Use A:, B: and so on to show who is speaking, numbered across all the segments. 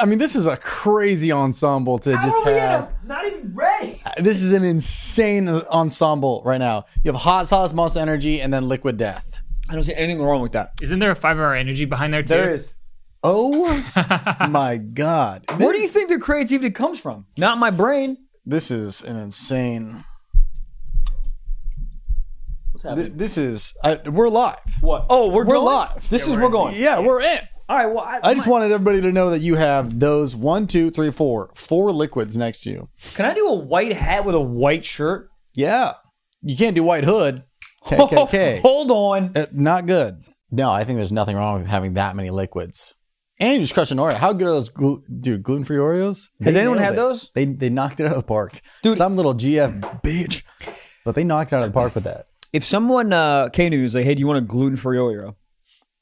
A: I mean, this is a crazy ensemble to
B: How
A: just
B: are we in
A: have.
B: a- not even ready?
A: This is an insane ensemble right now. You have hot sauce, monster energy, and then liquid death.
B: I don't see anything wrong with that.
C: Isn't there a five hour energy behind there too?
B: There is.
A: Oh my god!
B: Where do you think the creativity comes from? Not my brain.
A: This is an insane.
B: What's
A: th-
B: happening?
A: This is I, we're live.
B: what? Oh, we're
A: We're
B: going?
A: live.
B: This is we're going.
A: Yeah, we're in.
B: All right. Well, I,
A: I just wanted everybody to know that you have those one, two, three, four, four liquids next to you.
B: Can I do a white hat with a white shirt?
A: Yeah, you can't do white hood. KKK.
B: Hold on.
A: Uh, not good. No, I think there's nothing wrong with having that many liquids. And you just crush an Oreo. How good are those, glu- dude? Gluten free Oreos? They
B: anyone
A: nailed
B: had
A: it.
B: those?
A: They they knocked it out of the park.
B: Dude-
A: some little GF bitch, but they knocked it out of the park with that.
B: If someone uh, came to me and was like, "Hey, do you want a gluten-free Oreo?"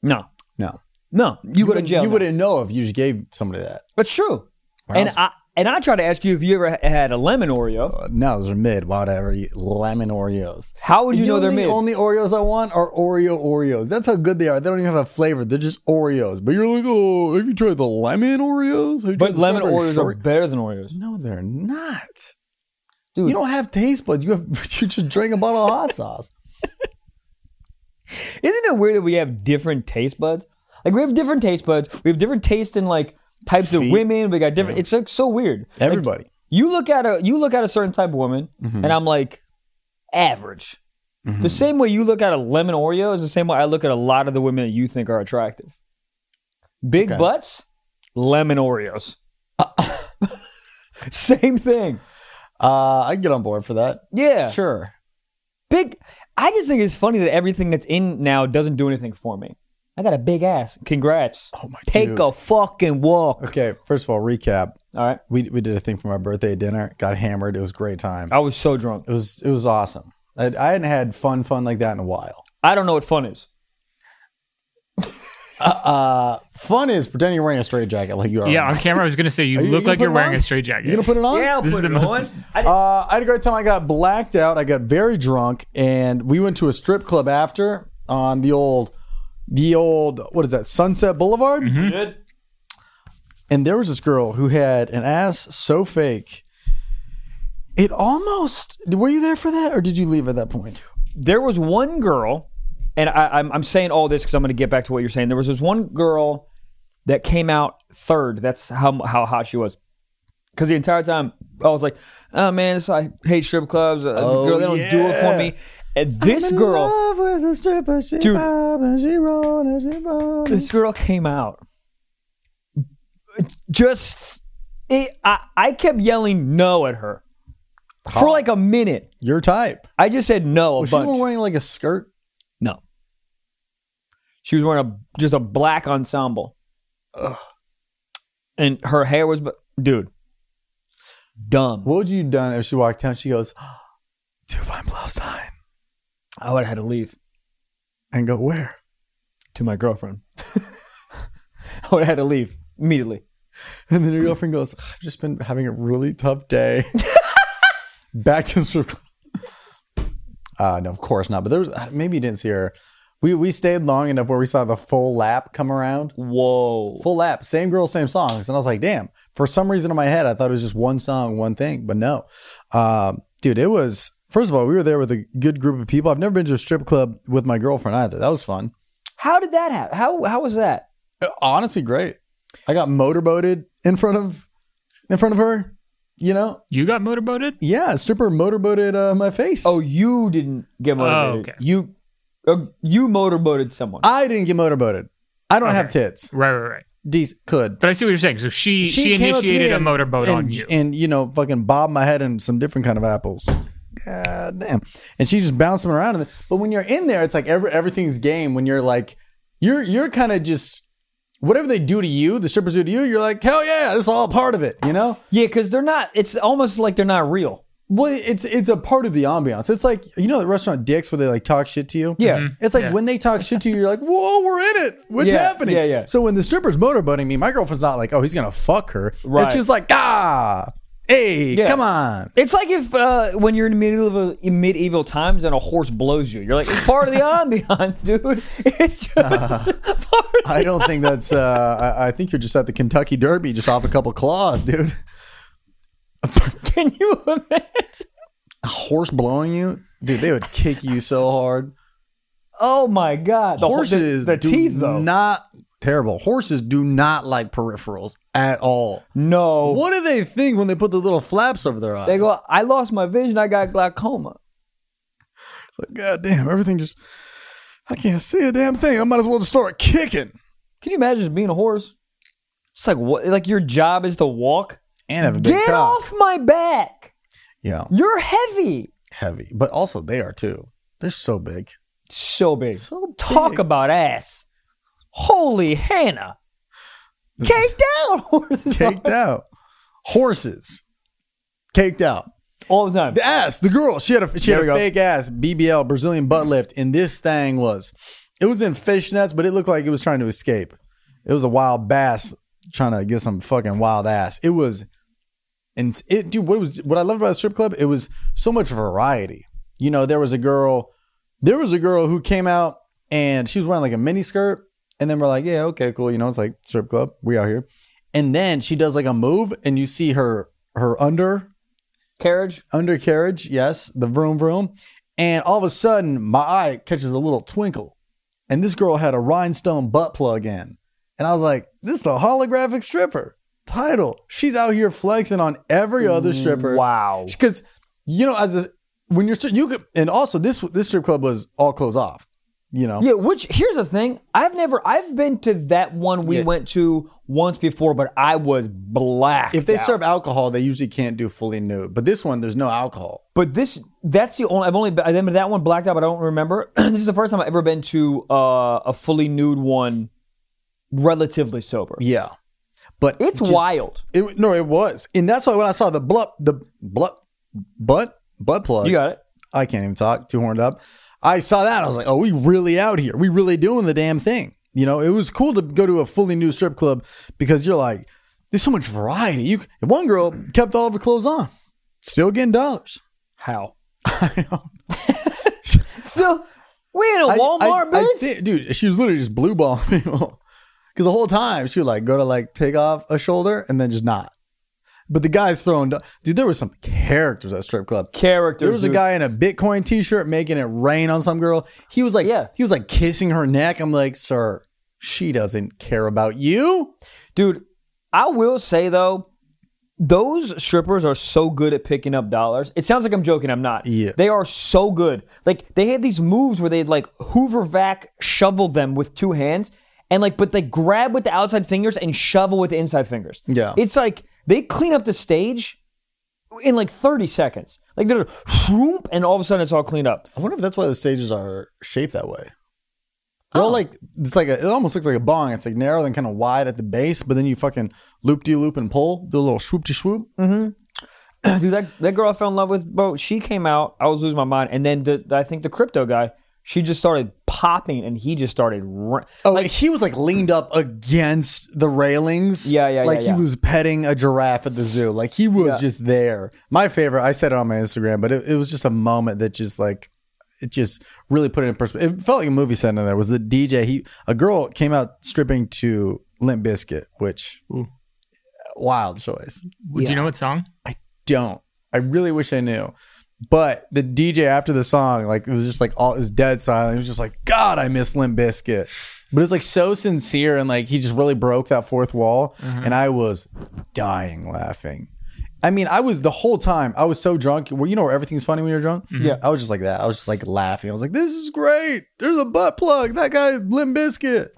B: No,
A: No,
B: no. You, go to
A: wouldn't-
B: jail.
A: You
B: now.
A: wouldn't know if you just gave somebody that.
B: That's true.
A: Or
B: And
A: else-
B: I and I try to ask you if you ever ha- had a lemon Oreo.
A: Uh, no, those are mid, whatever. you- Lemon Oreos.
B: How would you, know they're
A: the
B: made?
A: only Oreos I want are Oreo Oreos. That's how good they are. They don't even have a flavor. They're just Oreos. But you're like, oh, have you tried the lemon Oreos? Have you tried
B: but
A: the
B: lemon
A: strawberry
B: Oreos are
A: short-
B: better than Oreos.
A: No, they're not.
B: Dude.
A: you don't have taste buds. You have you just drank a bottle of hot sauce.
B: Isn't it weird that we have different taste buds? Like we have different taste buds. We have different taste in like types of
A: Feet.
B: women. We got different. It's like so weird. Like,
A: Everybody.
B: you look at a you look at a certain type of woman,
A: Mm-hmm.
B: and I'm like, average. The same way you look at a lemon Oreo is the same way I look at a lot of the women that you think are attractive. Big
A: Okay.
B: butts, lemon Oreos. same thing.
A: Uh, I get on board for that.
B: Yeah.
A: Sure.
B: Big. I just think it's funny that everything that's in now doesn't do anything for me. I got a big ass. Congrats.
A: Oh my
B: Take
A: dude.
B: a fucking walk.
A: Okay, first of all, recap.
B: All right.
A: We we did a thing for my birthday dinner. Got hammered. It was a great time.
B: I was so drunk.
A: It was it was awesome. I, I hadn't had fun fun like that in a while.
B: I don't know what fun is.
A: Uh, fun is pretending you're wearing a straight jacket like you are.
C: Yeah,
A: right
C: on
A: now.
C: camera, I was gonna say you
A: Um, Are you
C: look
A: gonna
C: like
A: put
C: you're
A: it
C: wearing
A: on?
C: a straight jacket.
A: You gonna put it on?
B: Yeah, I'll
C: This is
B: put
C: the
B: it
C: most-
B: on. I-
A: Uh, I had a great time. I got blacked out. I got very drunk, and we went to a strip club after on the old, the old what is that Sunset Boulevard?
B: Good.
A: And there was this girl who had an ass so fake. It almost were you there for that, or did you leave at that point?
B: there was one girl, and I, I'm, I'm saying all this because I'm going to get back to what you're saying. There was this one girl that came out third. That's how how hot she was. Because the entire time I was like, "Oh man, this, I hate strip clubs. Uh,
A: Oh,
B: girl, they don't do it for
A: yeah.
B: me." And this
A: I'm in
B: girl,
A: love with a stripper. She
B: Dude.
A: bob and she roll and she bob.
B: this girl came out. Just, it, I I kept yelling no at her for like a minute.
A: Your type.
B: I just said no a
A: Was she
B: bunch.
A: the one wearing like a skirt?
B: No. She was wearing a just a black ensemble. And her hair was bu- dude. Dumb.
A: What would you have done if she walked down? She goes, two fine blouse time,
B: I would have had to leave
A: and go where?
B: to my girlfriend. I would have had to leave immediately.
A: And then your girlfriend goes, I've just been having a really tough day. Back to the strip club. Uh, no, of course not. But there was maybe you didn't see her. We we stayed long enough where we saw the full lap come around.
B: Whoa.
A: Full lap, same girl, same songs. And I was like, damn. For some reason in my head, I thought it was just one song, one thing. But no, Um dude, it was. First of all, we were there with a good group of people. I've never been to a strip club with my girlfriend either. That was fun.
B: How did that happen? How how was that?
A: Honestly, great. I got motorboated in front of in front of her. You know,
C: You got motorboated?
A: Yeah, a stripper motorboated uh, my face.
B: Oh, you didn't get motivated.
C: okay.
B: You uh, you motorboated someone.
A: I didn't get motorboated. I don't have
C: Okay.
A: tits.
C: Right, right, right.
A: These could.
C: But I see what you're saying. So she she,
A: came up to me
C: initiated a
A: and-
C: motorboat
A: and,
C: on you.
A: and you know, fucking bobbed my head in some different kind of apples. God damn! And she just bounced them around. And then- But when you're in there, it's like every, everything's game. When you're like, you're you're kind of just whatever they do to you, the strippers do to you. You're like, hell yeah, this is all part of it. You know.
B: yeah, cuz they're not it's almost like they're not real.
A: Well, it's it's a part of the ambiance. It's like you know the restaurant dicks where they like talk shit to you.
B: Yeah.
A: It's like
C: Yeah.
A: when they talk shit to you, you're like, "Whoa, we're in it. What's
B: Yeah,
A: happening?"
B: yeah, yeah.
A: So when the stripper's motorboating me, my girlfriend's not like, "Oh, he's gonna fuck her."
B: Right.
A: It's just like, ah, Hey,
B: Yeah.
A: come on.
B: It's like if uh, when you're in medieval in medieval times and a horse blows you, you're like, it's part of the ambiance, dude. It's just part. Of
A: I don't think that's. Uh, I, I think you're just at the Kentucky Derby, just off a couple claws, dude.
B: Can you imagine?
A: A horse blowing you, dude. They would kick you so hard.
B: Oh my god, the ho- the-
A: Horses,
B: the,
A: do
B: teeth though.
A: not terrible. Horses do not like peripherals at all.
B: no,
A: What do they think when they put the little flaps over their eyes?
B: they go. I lost my vision. I got glaucoma.
A: Like, God damn, everything just. I can't see a damn thing. I might as well just start kicking.
B: Can you imagine just being a horse? It's like what? Like your job is to walk.
A: And have a big
B: Get
A: cock.
B: off my back.
A: You know,
B: You're heavy.
A: heavy. But also, they are too. They're so big.
B: So big.
A: So big.
B: Talk about ass. Holy Hannah. Caked out horses
A: Caked out. Horses. Caked out.
B: all the time.
A: The ass, the girl, she had a she
B: There
A: had
B: we
A: a
B: go.
A: fake ass BBL Brazilian butt lift, and this thing was, it was in fishnets, but it looked like it was trying to escape. It was a wild bass trying to get some fucking wild ass. It was, and it dude, what was what I loved about the strip club? It was so much variety. You know, there was a girl, there was a girl who came out and she was wearing like a mini skirt, and then we're like, yeah, okay, cool. You know, it's like strip club, we out here, and then she does like a move, and you see her her under
B: Carriage.
A: undercarriage, yes, the vroom vroom. And all of a sudden, my eye catches a little twinkle. And this girl had a rhinestone butt plug in. And I was like, this is the holographic stripper. Title. She's out here flexing on every other stripper.
B: Wow.
A: Because, you know, as a, when you're, stri- you could, and also this, this strip club was all clothes off, you know?
B: Yeah, which here's the thing. I've never I've been to that one we
A: Yeah.
B: went to once before, but I was black.
A: If they serve alcohol, they usually can't do fully nude. But this one, there's no alcohol.
B: But this, that's the only, I've only, been- I've been to that one blacked out, but I don't remember. this is the first time I've ever been to uh, a fully nude one, relatively sober.
A: Yeah. But
B: It's
A: just-
B: wild.
A: It, no, it was, and that's why when I saw the blup, the blup, butt, butt plug.
B: You got it.
A: I can't even talk. Too horned up. I saw that. I was like, oh, we really out here. We really doing the damn thing. You know, it was cool to go to a fully new strip club because you're like, there's so much variety. You one girl kept all of her clothes on, still getting dollars.
B: How?
A: I know.
B: So, we in a
A: I-
B: Walmart,
A: I- I
B: bitch.
A: thi- dude, she was literally just blue balling people. Because the whole time she would like go to like take off a shoulder and then just not. But the guy's throwing, do- dude, there were some characters at strip club.
B: Characters.
A: There was a
B: dude.
A: guy in a Bitcoin t-shirt making it rain on some girl. He was like,
B: Yeah.
A: he was like kissing her neck. I'm like, sir, she doesn't care about you.
B: Dude, I will say though, those strippers are so good at picking up dollars. It sounds like I'm joking. I'm not.
A: Yeah.
B: They are so good. Like they had these moves where they'd like hoover vac shovel them with two hands and like but they grab with the outside fingers and shovel with the inside fingers.
A: Yeah.
B: It's like they clean up the stage in like 30 seconds. Like they're whoop, and all of a sudden it's all cleaned up.
A: I wonder if that's why the stages are shaped that way. They're
B: Oh.
A: all like it's like a, it almost looks like a bong. It's like narrow and kind of wide at the base, but then you fucking loop de loop and pull, do a little swoop de swoop.
B: Dude, that, that girl I fell in love with, bro, she came out. I was losing my mind. And then the, I think the crypto guy, she just started popping and he just started. Ra-
A: Oh, he was like leaned up against the railings.
B: Yeah, yeah, yeah,
A: Like
B: yeah.
A: he was petting a giraffe at the zoo. Like he was just there. My favorite, I said it on my Instagram, but it, it was just a moment that just like it just really put it in perspective. It felt like a movie set in there. Was the DJ? He a girl came out stripping to Limp Biscuit, which
B: Mm.
A: wild choice.
C: Would you know what song?
A: Don't. I really wish I knew. But the DJ after the song, like it was just like all it was dead silent. It was just like, God, I miss Limp Biscuit. But it's like so sincere and like he just really broke that fourth wall.
B: Mm-hmm.
A: And I was dying laughing. I mean, I was the whole time, I was so drunk. Well, you know where everything's funny when you're drunk?
B: Mm-hmm. Yeah.
A: I was just like that. I was just like laughing. I was like, this is great. There's a butt plug. That guy, Limp Biscuit.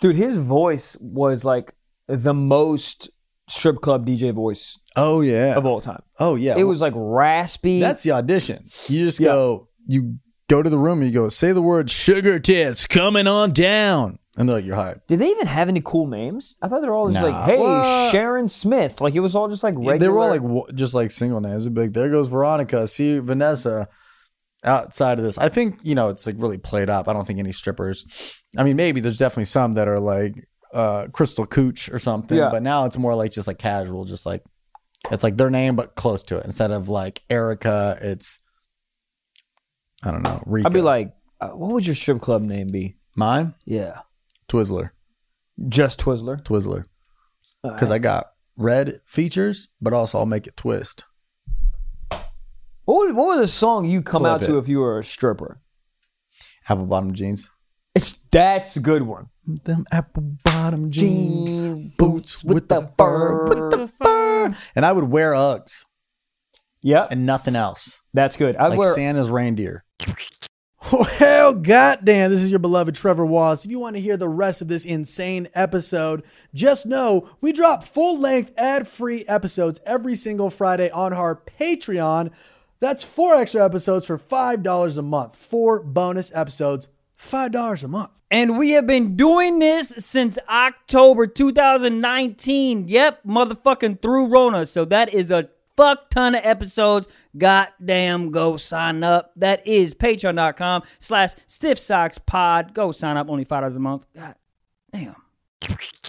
B: Dude, his voice was like the most strip club DJ voice
A: Oh, yeah.
B: of all time.
A: Oh, yeah.
B: It was like raspy.
A: That's the audition. You just go, you go to the room and you go, say the word sugar tits coming on down. And they're like, you're hyped.
B: Did they even have any cool names? I thought they were all just
A: Nah.
B: like, hey,
A: What?
B: Sharon Smith. Like it was all just like regular.
A: They were all like, wa- just like single names. It'd be like, there goes Veronica, see Vanessa outside of this. I think, you know, it's like really played up. I don't think any strippers, I mean, maybe there's definitely some that are like uh, Crystal Cooch or something,
B: Yeah.
A: but now it's more like just like casual, just like, It's like their name, but close to it. Instead of like Erica, it's I don't know. Rico.
B: I'd be like, uh, what would your strip club name be?
A: mine,
B: Yeah,
A: Twizzler,
B: just Twizzler.
A: Twizzler, because I got red features, but also I'll make it twist.
B: What would, what would the song you come
A: Flip
B: out to
A: it.
B: if you were a stripper?
A: Apple bottom jeans.
B: It's that's a good one.
A: Them apple bottom jean boots with the fur, with the fur. And I would wear Uggs
B: Yep,
A: and nothing else.
B: that's good. I
A: like
B: wear
A: Santa's reindeer. Well, goddamn, this is your beloved Trevor Wallace. If you want to hear the rest of this insane episode, just know we drop full length ad free episodes every single Friday on our Patreon. That's four extra episodes for $5 a month, four bonus episodes, $5 a month.
D: And we have been doing this since October 2019. Yep, motherfucking through Rona. So that is a fuck ton of episodes. Goddamn, go sign up. That is patreon.com slash stiff socks pod. Go sign up, only $5 a month. God damn.